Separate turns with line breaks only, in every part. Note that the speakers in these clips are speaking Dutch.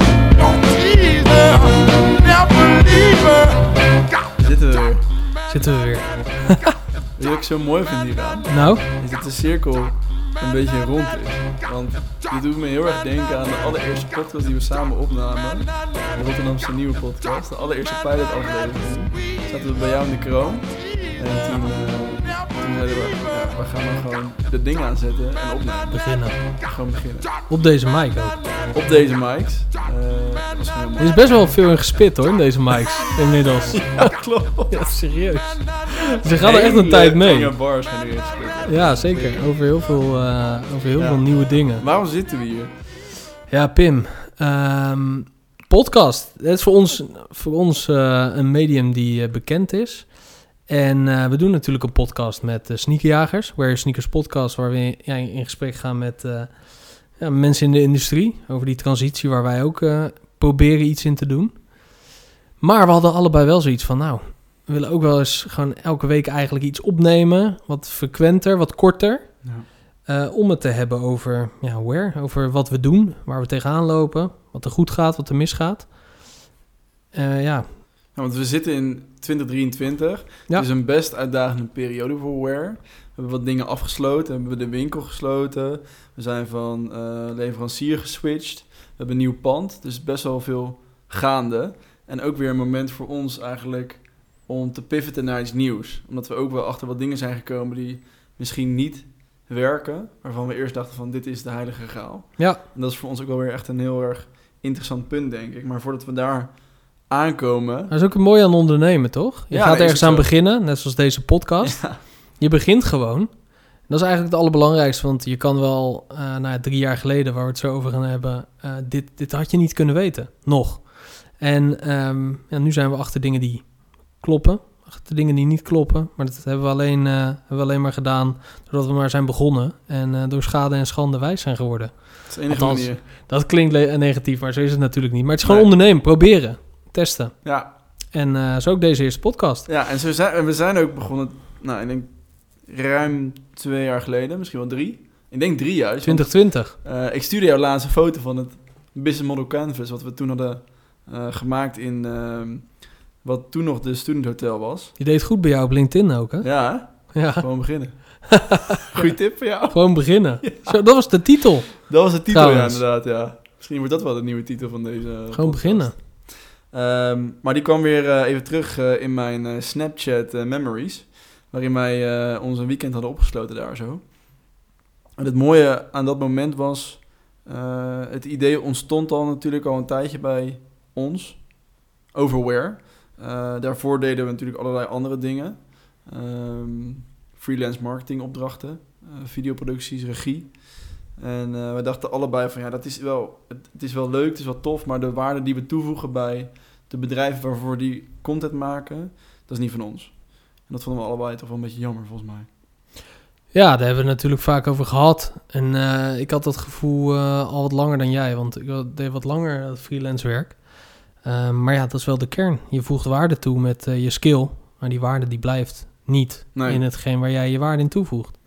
eh, zo mooi vind hieraan?
Nou?
Is dat de cirkel een beetje rond is. Want dit doet me heel erg denken aan de allereerste podcast die we samen opnamen. De Rotterdamse Nieuwe Podcast. De allereerste pilotaflevering. Zaten we bij jou in de kroon. En toen, eh, toen zeiden we, ja, we gaan maar gewoon dat ding aanzetten en opnemen.
Beginnen.
Gewoon beginnen.
Op deze mic ook.
Op deze mics. Eh was gewoon heel
Er is
mooi.
best wel veel in gespit hoor, in deze mics. Inmiddels.
Ja, klopt.
Ja, serieus. Ze gaan er echt een tijd mee.
Ja, bars gaan erin spitten.
Ja, zeker. Over heel veel, eh, over heel
Ja.
veel nieuwe dingen.
Waarom zitten we hier?
Ja, Pim. ehm, podcast. Het is voor ons, voor ons eh, een medium die eh, bekend is. En eh, we doen natuurlijk een podcast met eh, Sneakerjagers. Where Sneakers Podcast, waar we ja, in gesprek gaan met eh, ja, mensen in de industrie. Over die transitie waar wij ook eh, proberen iets in te doen. Maar we hadden allebei wel zoiets van, nou, we willen ook wel eens gewoon elke week eigenlijk iets opnemen. Wat frequenter, wat korter. Eh, om het te hebben over ja, where, over wat we doen, waar we tegenaan lopen, wat er goed gaat, wat er misgaat. Eh, ja,
Nou, want we zitten in 2023.
Ja.
Het is een best uitdagende periode voor Wear. We hebben wat dingen afgesloten. Hebben we de winkel gesloten. We zijn van eh, leverancier geswitcht. We hebben een nieuw pand. Dus best wel veel gaande. En ook weer een moment voor ons eigenlijk om te pivoten naar iets nieuws. Omdat we ook wel achter wat dingen zijn gekomen die misschien niet werken. Waarvan we eerst dachten van dit is de heilige graal.
Ja.
En dat is voor ons ook wel weer echt een heel erg interessant punt denk ik. Maar voordat we daar aankomen...
dat is ook mooi aan ondernemen, toch? Je
Ja, nee,
gaat
is
ergens
het
aan
zo.
beginnen, net zoals deze podcast.
Ja.
Je begint gewoon. Dat is eigenlijk het allerbelangrijkste, want je kan wel, eh nou, ja, drie jaar geleden, waar we het zo over gaan hebben, eh, dit, dit had je niet kunnen weten, nog. En ehm, ja, nu zijn we achter dingen die kloppen, achter dingen die niet kloppen. Maar dat hebben we alleen, eh, hebben we alleen maar gedaan doordat we maar zijn begonnen en eh, door schade en schande wijs zijn geworden.
Het is de enige
Althans.
manier.
Dat klinkt le- negatief, maar zo is het natuurlijk niet. Maar het is gewoon
Nee.
ondernemen, proberen, testen.
Ja,
En eh, zo ook deze eerste podcast.
ja en zo zijn, en we zijn ook begonnen, nou, ik denk ruim twee jaar geleden, misschien wel drie. Ik denk drie juist. want,
2020.
eh, ik stuurde jou laatst een foto van het Business Model Canvas, wat we toen hadden eh, gemaakt in ehm, wat toen nog de Student Hotel was.
Je deed het goed bij jou op LinkedIn ook, hè?
Ja,
Ja.
gewoon beginnen. Goeie tip voor jou.
Gewoon beginnen. Zo, dat was de titel.
Dat was de titel, ja,
Trouwens.
inderdaad, ja. Misschien wordt dat wel de nieuwe titel van deze
Gewoon beginnen.
Ehm, maar die kwam weer eh, even terug eh, in mijn eh, Snapchat eh, memories. Waarin wij eh, ons een weekend hadden opgesloten daar zo. En het mooie aan dat moment was... eh, het idee ontstond al natuurlijk al een tijdje bij ons. Overware. Eh daarvoor deden we natuurlijk allerlei andere dingen. Ehm, freelance marketing opdrachten. eh, videoproducties, regie. En eh, wij dachten allebei van ja, dat is wel, het, het is wel leuk, het is wel tof, maar de waarde die we toevoegen bij de bedrijven waarvoor die content maken, dat is niet van ons. En dat vonden we allebei toch wel een beetje jammer volgens mij.
Ja, daar hebben we het natuurlijk vaak over gehad. En eh, ik had dat gevoel eh, al wat langer dan jij, want ik wa- deed wat langer dat freelance werk. Eh, maar ja, dat is wel de kern. Je voegt waarde toe met eh, je skill, maar die waarde die blijft niet
Nee.
in hetgeen waar jij je waarde in toevoegt.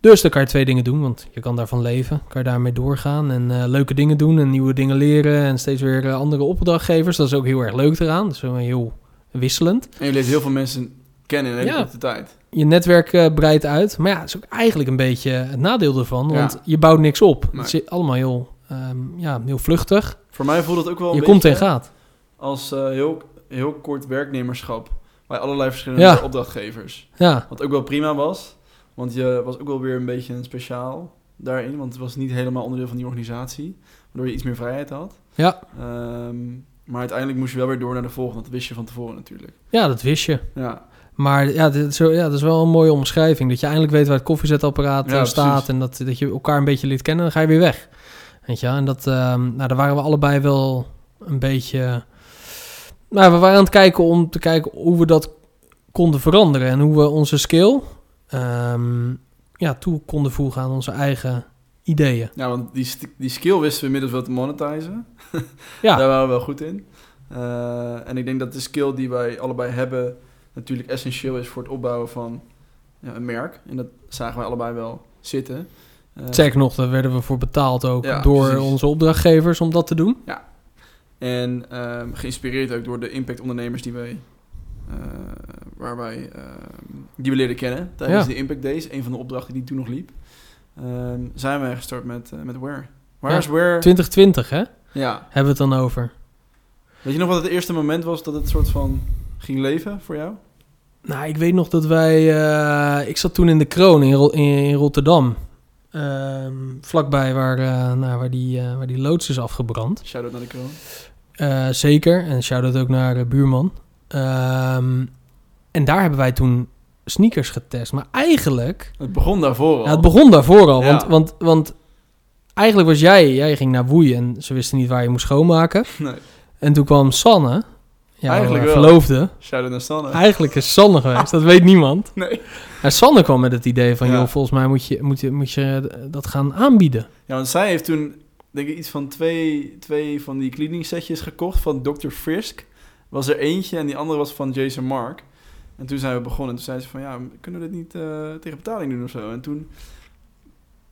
Dus dan kan je twee dingen doen, want je kan daarvan leven, kan je daarmee doorgaan en eh, leuke dingen doen en nieuwe dingen leren en steeds weer eh, andere opdrachtgevers. Dat is ook heel erg leuk eraan, dat is wel heel wisselend
En je leert heel veel mensen kennen in de hele
Ja.
korte tijd.
je netwerk eh, breidt uit. Maar ja, dat is ook eigenlijk een beetje het nadeel ervan.
Ja.
Want je bouwt niks op.
Nee.
Het zit allemaal heel, ehm, ja, heel vluchtig.
Voor mij voelde het ook wel een
je komt en
beetje
gaat.
als eh, heel, heel kort werknemerschap bij allerlei verschillende
Ja.
opdrachtgevers.
Ja,
Wat ook wel prima was. Want je was ook wel weer een beetje een speciaal daarin. Want het was niet helemaal onderdeel van die organisatie. Waardoor je iets meer vrijheid had.
Ja.
Ehm, maar uiteindelijk moest je wel weer door naar de volgende. Dat wist je van tevoren natuurlijk.
ja dat wist je.
Ja,
Maar ja, dit, is zo, ja, dat is wel een mooie omschrijving. Dat je eindelijk weet waar het koffiezetapparaat eh,
Ja,
staat.
precies.
En dat, dat je elkaar een beetje leert kennen. Dan ga je weer weg. Weet je, wel? en dat, ehm, nou, daar waren we allebei wel een beetje... Nou, we waren aan het kijken om te kijken hoe we dat konden veranderen. En hoe we onze skill ehm, ja, toe konden voegen aan onze eigen ideeën.
ja want die, st- die skill wisten we inmiddels wel te monetizen.
Ja,
Daar waren we wel goed in. Eh, en ik denk dat de skill die wij allebei hebben... natuurlijk essentieel is voor het opbouwen van ja, een merk. En dat zagen wij allebei wel zitten. Eh,
zeker nog, daar werden we voor betaald ook
Ja,
door
precies.
onze opdrachtgevers om dat te doen.
En ehm, geïnspireerd ook door de impact ondernemers die wij eh, waar wij, eh, die we leerden kennen tijdens
Ja.
de Impact Days, een van de opdrachten die toen nog liep, ehm, zijn wij gestart met, eh, met Where. Waar
Ja,
is Where?
2020, hè?
Ja.
Hebben we het dan over?
Weet je nog wat het eerste moment was dat het soort van ging leven voor jou?
Nou, ik weet nog dat wij... eh, ik zat toen in de Kroon in, Ro- in, in Rotterdam. Ehm, vlakbij waar, eh, nou, waar, die, eh, waar die loods is afgebrand.
Shout-out naar de kroon.
Eh, zeker. En shout-out ook naar eh, buurman. Ehm, en daar hebben wij toen sneakers getest. Maar eigenlijk...
Het begon daarvoor al.
Ja, het begon daarvoor al.
Ja.
Want, want, want eigenlijk was jij... Jij ging naar Woei en ze wisten niet waar je moest schoonmaken.
Nee.
En toen kwam Sanne. Ja,
Eigenlijk wel.
verloofde.
Shout-out naar Sanne.
Eigenlijk is Sanne geweest. Dat weet niemand.
Nee.
Maar Sanne kwam met het idee van...
Ja.
joh, volgens mij moet je, moet, je, moet je eh, dat gaan aanbieden.
Ja, want zij heeft toen, denk ik, iets van twee, twee van die cleaning setjes gekocht van Dr. Frisk. Was er eentje en die andere was van Jason Mark. En toen zijn we begonnen. En toen zei ze van, ja, kunnen we dit niet eh, tegen betaling doen of zo? En toen,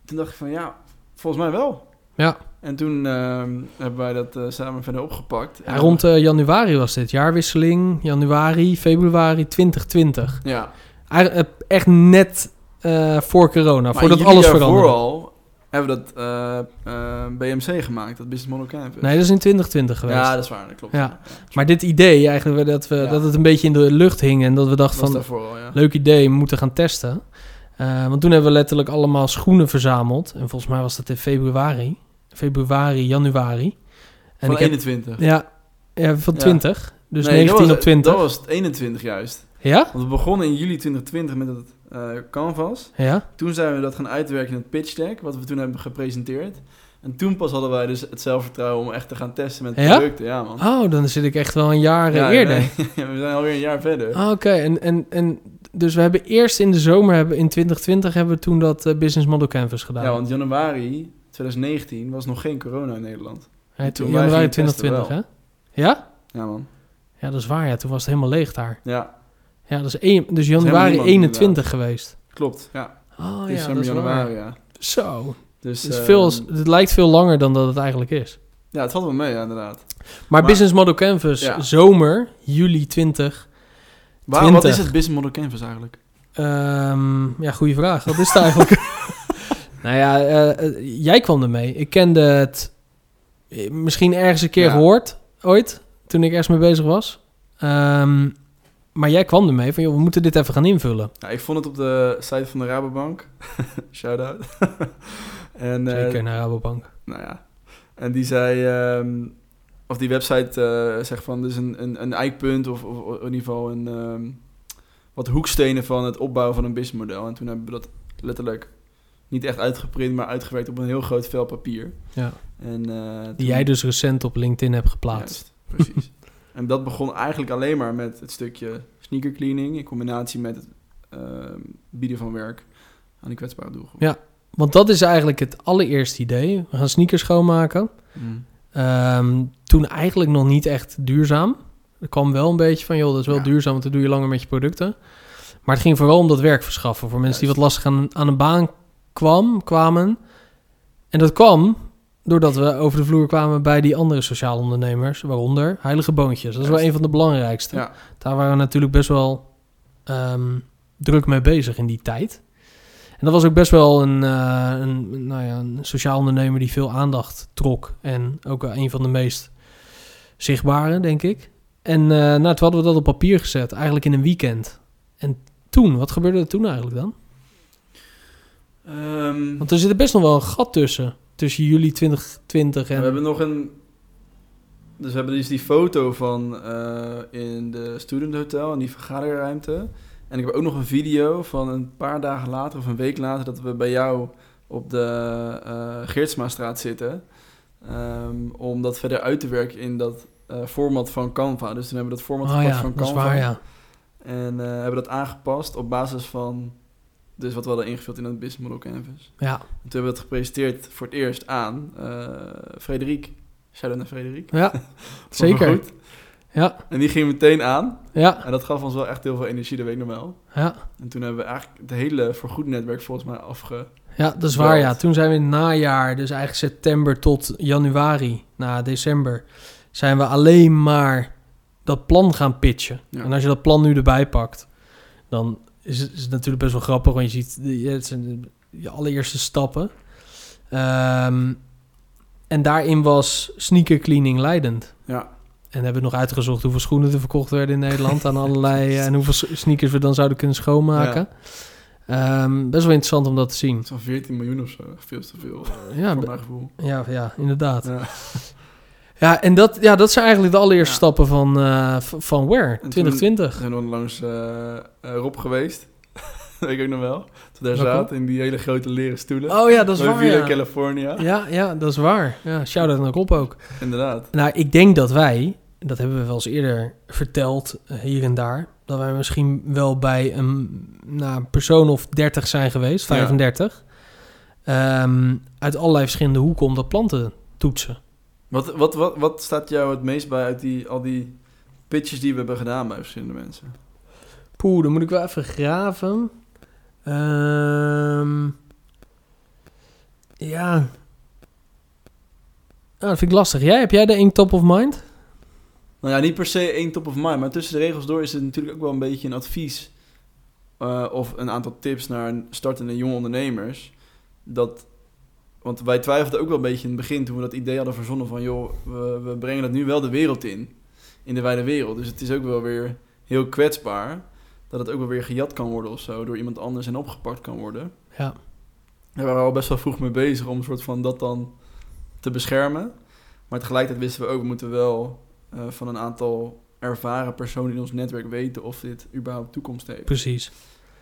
toen dacht ik van, ja, volgens mij wel.
Ja.
En toen ehm, hebben wij dat eh, samen verder opgepakt.
Ja,
En-
rond eh, januari was dit. Jaarwisseling. Januari, februari 2020.
Ja.
Eigen- eh, echt net eh, voor corona.
Maar
voordat
in juli
alles
daarvoor
veranderde.
al hebben we dat eh, eh, BMC gemaakt, dat Business Model Canvas.
Nee, dat is in 2020 geweest.
ja, dat is waar, dat klopt.
Ja. Maar dit idee eigenlijk, dat, we,
Ja.
dat het een beetje in de lucht hing... en dat we
dat
dachten
was
van,
daarvoor al, ja.
leuk idee, we moeten gaan testen. Eh, want toen hebben we letterlijk allemaal schoenen verzameld. En volgens mij was dat in februari. Februari, januari. En
Van
ik heb-
21.
ja, ja, van
Ja.
20. Dus
Nee, dat
19
was-
op 20.
Dat was het 21 juist.
Ja?
Want we begonnen in juli 2020 met dat eh, canvas.
Ja.
Toen zijn we dat gaan uitwerken in het pitch deck, wat we toen hebben gepresenteerd. En toen pas hadden wij dus het zelfvertrouwen om echt te gaan testen met
Ja?
producten. Ja, man.
Oh, dan zit ik echt wel een jaar eh,
Ja,
eerder.
we- we zijn alweer een jaar verder.
Ah, Oké, en, en, en dus we hebben eerst in de zomer, hebben, in 2020, hebben we toen dat eh, Business Model Canvas gedaan.
Ja, want januari 2019 was nog geen corona in Nederland.
Ja,
toen
toen
wij
januari
gingen testen
2020, hè? Ja?
Ja, man.
Ja, dat is waar, ja. Toen was het helemaal leeg daar.
Ja,
Ja, dat is één, dus
helemaal
januari
niemand,
21 geweest.
klopt. Ja,
Oh ja,
december,
dat is
januari,
waar.
ja.
Zo.
Dus,
Dus
eh,
veel als- het lijkt veel langer dan dat het eigenlijk is.
Ja, het valt wel mee, ja, inderdaad.
Maar,
Maar-
Business Model Canvas,
Ja.
zomer, juli 20.
Waar, wat
20.
is het Business Model Canvas eigenlijk?
Ehm, ja, goede vraag. Wat is het eigenlijk? nou ja, eh, eh, jij kwam ermee. Ik kende het eh, misschien ergens een keer
Ja.
gehoord, ooit, toen ik ergens mee bezig was. Ehm, maar jij kwam ermee van, joh, we moeten dit even gaan invullen.
Ja, ik vond het op de site van de Rabobank. Shout-out. en, eh,
Zeker naar Rabobank.
nou ja. En die zei... ehm, of die website eh, zegt van... Dus een, een, een eikpunt of, of in ieder geval een... ehm, wat hoekstenen van het opbouwen van een businessmodel. En toen hebben we dat letterlijk... Niet echt uitgeprint, maar uitgewerkt op een heel groot vel papier.
Ja.
En, eh, toen-
Die jij dus recent op LinkedIn hebt geplaatst.
Juist, precies. en dat begon eigenlijk alleen maar met het stukje sneaker cleaning... in combinatie met het ehm, bieden van werk aan die kwetsbare doelgroep.
Ja. Want dat is eigenlijk het allereerste idee. We gaan sneakers schoonmaken.
Mm.
Ehm, toen eigenlijk nog niet echt duurzaam. Er kwam wel een beetje van, joh, dat is wel
Ja.
duurzaam, want dat doe je langer met je producten. Maar het ging vooral om dat werk verschaffen voor mensen die wat lastig aan, aan een baan kwam, kwamen. En dat kwam doordat we over de vloer kwamen bij die andere sociale ondernemers, waaronder Heilige Boontjes. Dat is wel
Juist.
een van de belangrijkste.
Ja.
Daar waren we natuurlijk best wel ehm, druk mee bezig in die tijd. En dat was ook best wel een, eh, een, nou ja, een sociaal ondernemer die veel aandacht trok. En ook wel een van de meest zichtbare, denk ik. En eh, nou, toen hadden we dat op papier gezet, eigenlijk in een weekend. En toen, wat gebeurde er toen eigenlijk dan?
Ehm,
Want er zit er best nog wel een gat tussen. Tussen juli 2020 en...
We hebben nog een. Dus we hebben dus die foto van eh, in de student hotel, in die vergaderruimte. En ik heb ook nog een video van een paar dagen later of een week later dat we bij jou op de eh Geertsmaastraat zitten. Ehm, om dat verder uit te werken in dat eh, format van Canva. Dus toen hebben we dat format
oh
gepakt
ja,
van
dat is
Canva.
waar, ja.
En eh, hebben dat aangepast op basis van dus wat we hadden ingevuld in het business model canvas.
Ja,
En Toen hebben we het gepresenteerd voor het eerst aan eh Frederik. Shout-out naar Frederik.
ja,
Vond ik wel
zeker.
goed.
Ja,
En die ging meteen aan.
ja,
En dat gaf ons wel echt heel veel energie, dat weet ik nog wel.
ja.
En toen hebben we eigenlijk het hele vergoednetwerk volgens mij afge...
Ja, dat is waar.
Wild.
Ja. Toen zijn we in het najaar, dus eigenlijk september tot januari, na december, zijn we alleen maar dat plan gaan pitchen.
Ja.
En als je dat plan nu erbij pakt, dan is het, is het natuurlijk best wel grappig. Want je ziet de- het zijn de- je allereerste stappen. Ehm, en daarin was sneaker cleaning leidend.
Ja.
En hebben we nog uitgezocht hoeveel schoenen er verkocht werden in Nederland aan allerlei. eh, en hoeveel s- sneakers we dan zouden kunnen schoonmaken. Ehm, best wel interessant om dat te zien.
Het is al 14 miljoen of zo. Veel te veel, eh,
Ja,
voor
be-
mijn gevoel.
ja, ja inderdaad. Ja,
Ja.
en dat, ja, dat zijn eigenlijk de allereerste
Ja.
stappen van, eh, v- van Where
toen-
2020.
We zijn onlangs eh, eh, Rob geweest. Weet ik ook nog wel. Toen daar
Welkom.
zaten in die hele grote leren stoelen.
Oh ja, dat is
Bij
waar.
Villa
ja.
California.
Ja, ja, dat is waar. Ja, shout-out naar Rob ook.
Inderdaad.
Nou, ik denk dat wij, en dat hebben we wel eens eerder verteld, eh, hier en daar, dat wij misschien wel bij een nou, een persoon of 30 zijn geweest,
Ja.
35. Ehm, uit allerlei verschillende hoeken om dat plan te toetsen.
Wat, wat, wat, wat staat jou het meest bij uit die, al die pitches die we hebben gedaan bij verschillende mensen?
Poeh, dan moet ik wel even graven. Ehm, ja. Nou, dat vind ik lastig. Jij, heb jij de één top of mind?
Nou ja, niet per se één top of mind, maar tussen de regels door is het natuurlijk ook wel een beetje een advies eh, of een aantal tips naar een startende jonge ondernemers. Dat, want wij twijfelden ook wel een beetje in het begin toen we dat idee hadden verzonnen van joh, we, we brengen dat nu wel de wereld in, in de wijde wereld. Dus het is ook wel weer heel kwetsbaar dat het ook wel weer gejat kan worden of zo door iemand anders en opgepakt kan worden.
Ja.
Daar waren we al best wel vroeg mee bezig om een soort van dat dan te beschermen. Maar tegelijkertijd wisten we ook, we moeten wel eh, van een aantal ervaren personen in ons netwerk weten of dit überhaupt toekomst heeft.
Precies.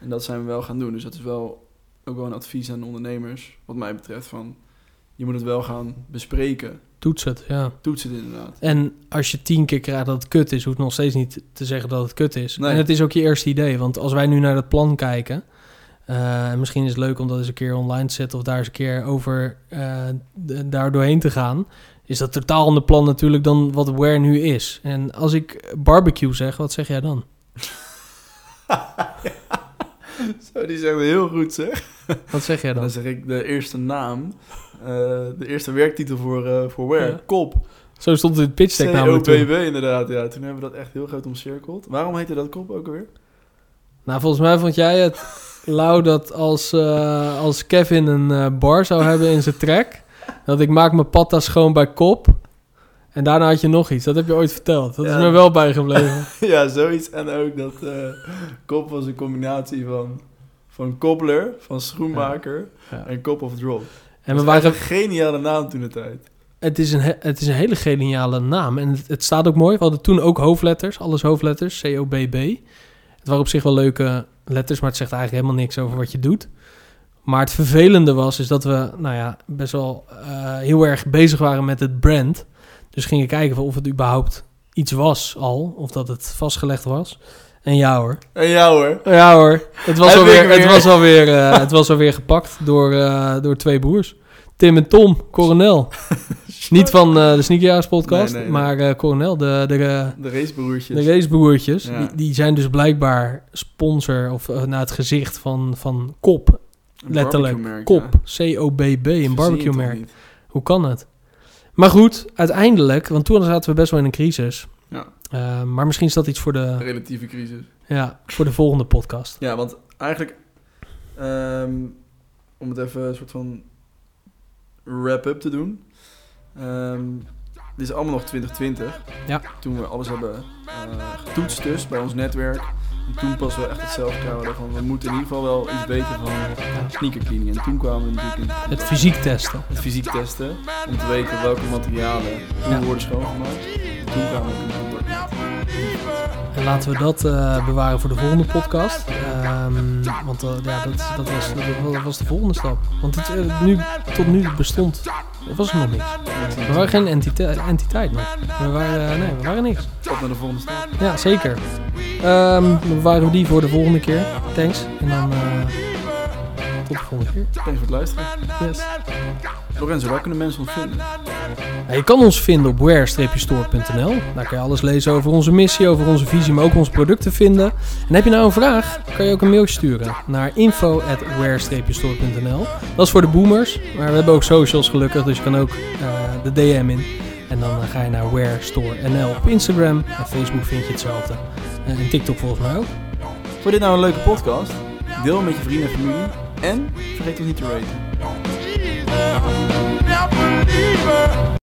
En dat zijn we wel gaan doen. Dus dat is wel ook wel een advies aan ondernemers, wat mij betreft, van je moet het wel gaan bespreken.
Toets het, ja.
Toets het inderdaad.
En als je tien keer krijgt dat het kut is, hoeft nog steeds niet te zeggen dat het kut is.
Nee.
En het is ook je eerste idee, want als wij nu naar dat plan kijken, eh, en misschien is het leuk om dat eens een keer online te zetten of daar eens een keer over eh, d- daar doorheen te gaan, is dat totaal ander plan natuurlijk dan wat Where nu is. En als ik barbecue zeg, wat zeg jij dan?
Zo, die zeggen heel goed zeg.
Wat zeg jij
En dan
dan?
zeg ik de eerste naam, eh, de eerste werktitel voor, eh voor Where.
Ja.
Kop.
Zo stond het in het pitch deck namelijk toen.
COPB inderdaad, ja. Toen hebben we dat echt heel groot omcirkeld. Waarom heette dat kop ook alweer?
Nou, volgens mij vond jij het, Lau, dat als, eh, als Kevin een eh, bar zou hebben in zijn trek, dat ik maak mijn patta schoon bij kop. En daarna had je nog iets. Dat heb je ooit verteld. Dat
Ja.
is me wel bijgebleven.
Ja, zoiets. En ook dat eh, kop was een combinatie van, van koppler, van schoenmaker
Ja.
en kop of drop.
En we
Dat was
waren,
echt een geniale naam toen de tijd.
het, is een, he- het is een hele geniale naam. En het, het staat ook mooi. We hadden toen ook hoofdletters. Alles hoofdletters. C-O-B-B. Het waren op zich wel leuke letters, maar het zegt eigenlijk helemaal niks over wat je doet. Maar het vervelende was, is dat we nou ja, best wel eh, heel erg bezig waren met het brand. Dus gingen kijken of het überhaupt iets was al, of dat het vastgelegd was. En ja hoor,
En ja hoor.
ja hoor, het was
Heb ik
alweer, het
weer.
was alweer, eh, het was alweer gepakt door, eh, door twee broers. Tim en Tom, Coronel. Niet van eh, de Sneakerjaars podcast,
Nee, nee, nee.
maar eh, Coronel, de, de, eh,
De racebroertjes.
de racebroertjes,
Ja.
die, die zijn dus blijkbaar sponsor of na het gezicht van, van Kop.
Een
Letterlijk.
barbecuemerk,
Kop.
ja.
C-O-B-B,
Zo zie
een
je
barbecue
het
merk.
toch niet.
Hoe kan het? Maar goed, uiteindelijk, want toen zaten we best wel in een crisis.
Ja.
Eh, maar misschien is dat iets voor de,
Relatieve crisis.
ja, voor de volgende podcast.
Ja, want eigenlijk, ehm, om het even een soort van wrap-up te doen. Ehm, dit is allemaal nog 2020.
Ja.
Toen we alles hebben eh, getoetst dus bij ons netwerk. En toen pas wel echt het zelfvertrouwen van we moeten in ieder geval wel iets weten van sneaker cleaning. En toen kwamen we natuurlijk in
Het fysiek testen.
het fysiek testen. Om te weten welke materialen hoe
Ja.
worden schoongemaakt. En toen kwamen we in contact met
En laten we dat eh, bewaren voor de volgende podcast. Ehm, want eh, ja, dat, dat, was, dat was de volgende stap. Want het, eh, nu, tot nu bestond, er was er nog niks. We waren geen entite- entiteit nog. We waren, eh, nee, we waren niks.
Op naar de volgende stap.
Ja, zeker. Ehm dan bewaren we die voor de volgende keer. Thanks. En dan eh, tot de volgende keer.
Thanks voor het luisteren.
Yes.
Lorenzo, waar kunnen mensen ons vinden?
Nou, je kan ons vinden op where-store.nl. Daar kan je alles lezen over onze missie, over onze visie, maar ook onze producten vinden. En heb je nou een vraag, kan je ook een mailtje sturen naar info@where-store.nl. Dat is voor de boomers, maar we hebben ook socials gelukkig, dus je kan ook eh, de DM in. En En dan eh, ga je naar Where Store NL op Instagram. En Facebook vind je hetzelfde. Eh, en TikTok volgens mij ook.
Vond je dit nou een leuke podcast? Deel hem met je vrienden en familie. En vergeet ons niet te raten.
Jesus, never leave her.